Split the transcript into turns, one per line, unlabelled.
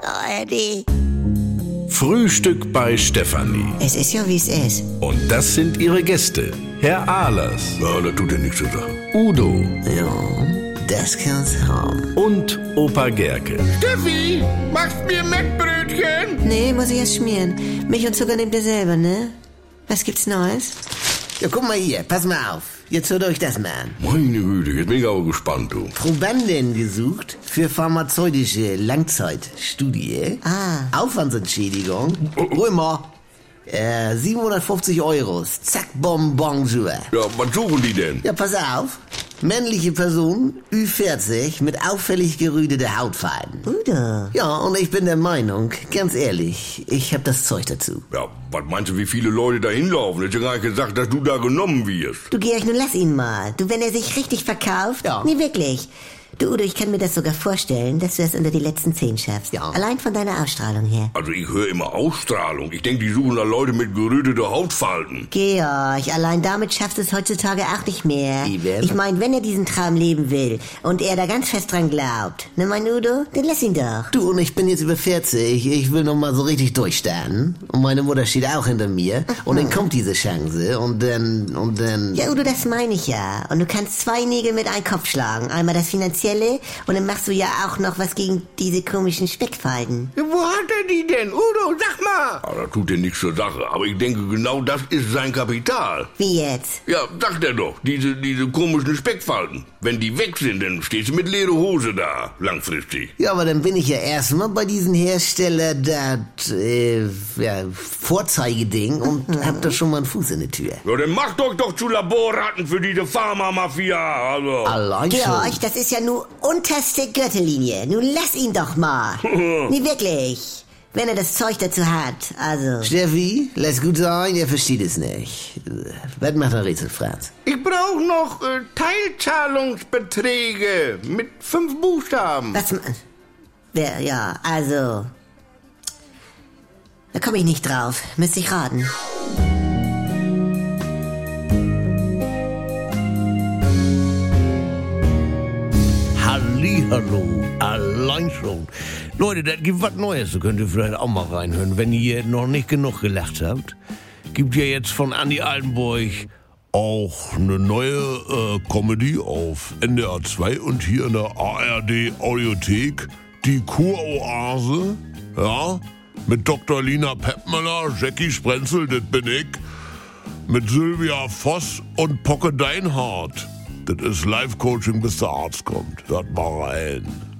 ARD.
Frühstück bei Stefanie.
Es ist ja, wie es ist.
Und das sind ihre Gäste. Herr Ahlers.
Ja, das tut ja nichts zur Sache.
Udo
Ja, das kann's haben.
und Opa Gerke.
Steffi, machst mir Mettbrötchen?
Nee, muss ich erst schmieren. Milch und Zucker nehmt ihr selber, ne? Was gibt's Neues?
Ja, guck mal hier, pass mal auf. Jetzt hört euch das mal an.
Meine Güte, jetzt bin ich aber gespannt, du.
Probanden gesucht für pharmazeutische Langzeitstudie.
Ah.
Aufwandsentschädigung. Römer. Äh, 750 Euro. Zack, Bonbon rüber.
Ja, was suchen die denn?
Ja, pass auf. Männliche Person, Ü40, mit auffällig gerüdeter Hautfalten.
Udo.
Ja, und ich bin der Meinung, ganz ehrlich, ich hab das Zeug dazu.
Ja, was meinst du, wie viele Leute da hinlaufen? Ist ja gar nicht gesagt, dass du da genommen wirst.
Du Georg, nun lass ihn mal. Du, wenn er sich richtig verkauft.
Ja.
Nee, wirklich. Du Udo, ich kann mir das sogar vorstellen, dass du das unter die letzten zehn schaffst.
Ja.
Allein von deiner Ausstrahlung her.
Also ich höre immer Ausstrahlung. Ich denke, die suchen da Leute mit geröteter Hautfalten.
Georg, allein damit schaffst du es heutzutage auch nicht mehr.
Eben.
Ich meine, wenn er diesen Traum leben will und er da ganz fest dran glaubt, ne mein Udo, dann lass ihn doch.
Du, und ich bin jetzt über 40. Ich will noch mal so richtig durchstarten. Und meine Mutter steht auch hinter mir. Und dann kommt diese Chance. Und dann, und dann...
Ja, Udo, das meine ich ja. Und du kannst zwei Nägel mit einem Kopf schlagen. Einmal das Finanzielle und dann machst du ja auch noch was gegen diese komischen Speckfalten.
Wo hat er die denn? Udo, sag mal.
Ja, das tut dir nichts zur Sache. Aber ich denke, genau das ist sein Kapital.
Wie jetzt?
Ja, sagt er doch, diese, diese komischen Speckfalten. Wenn die weg sind, dann stehst du mit leere Hose da, langfristig.
Ja, aber dann bin ich ja erstmal bei diesem Hersteller das äh, ja, Vorzeigeding und
Mhm.
hab da schon mal einen Fuß in der Tür.
Ja, dann macht euch doch zu Laborratten für diese Pharma-Mafia, also.
Allein
Georg,
schon.
das ist ja nur unterste Gürtellinie. Nun lass ihn doch mal. nee, wirklich. Wenn er das Zeug dazu hat. Also.
Steffi, lass gut sein, er versteht es nicht. Was macht der Rätsel, Franz?
Ich brauche noch äh, Teilzahlungsbeträge mit fünf Buchstaben.
Was? ma- Wer, ja, also. Da komme ich nicht drauf. Müsste ich raten.
Hallihallo, allein schon. Leute, das gibt was Neues, da könnt ihr vielleicht auch mal reinhören, wenn ihr noch nicht genug gelacht habt. Gibt ja jetzt von Andy Altenburg auch eine neue äh, Comedy auf NDR 2 und hier in der ARD Audiothek, die Kuroase, ja, mit Dr. Lina Peppmüller, Jackie Sprenzel, das bin ich mit Sylvia Voss und Pocke Deinhardt. Das ist Life-Coaching, bis der Arzt kommt. Hört mal rein.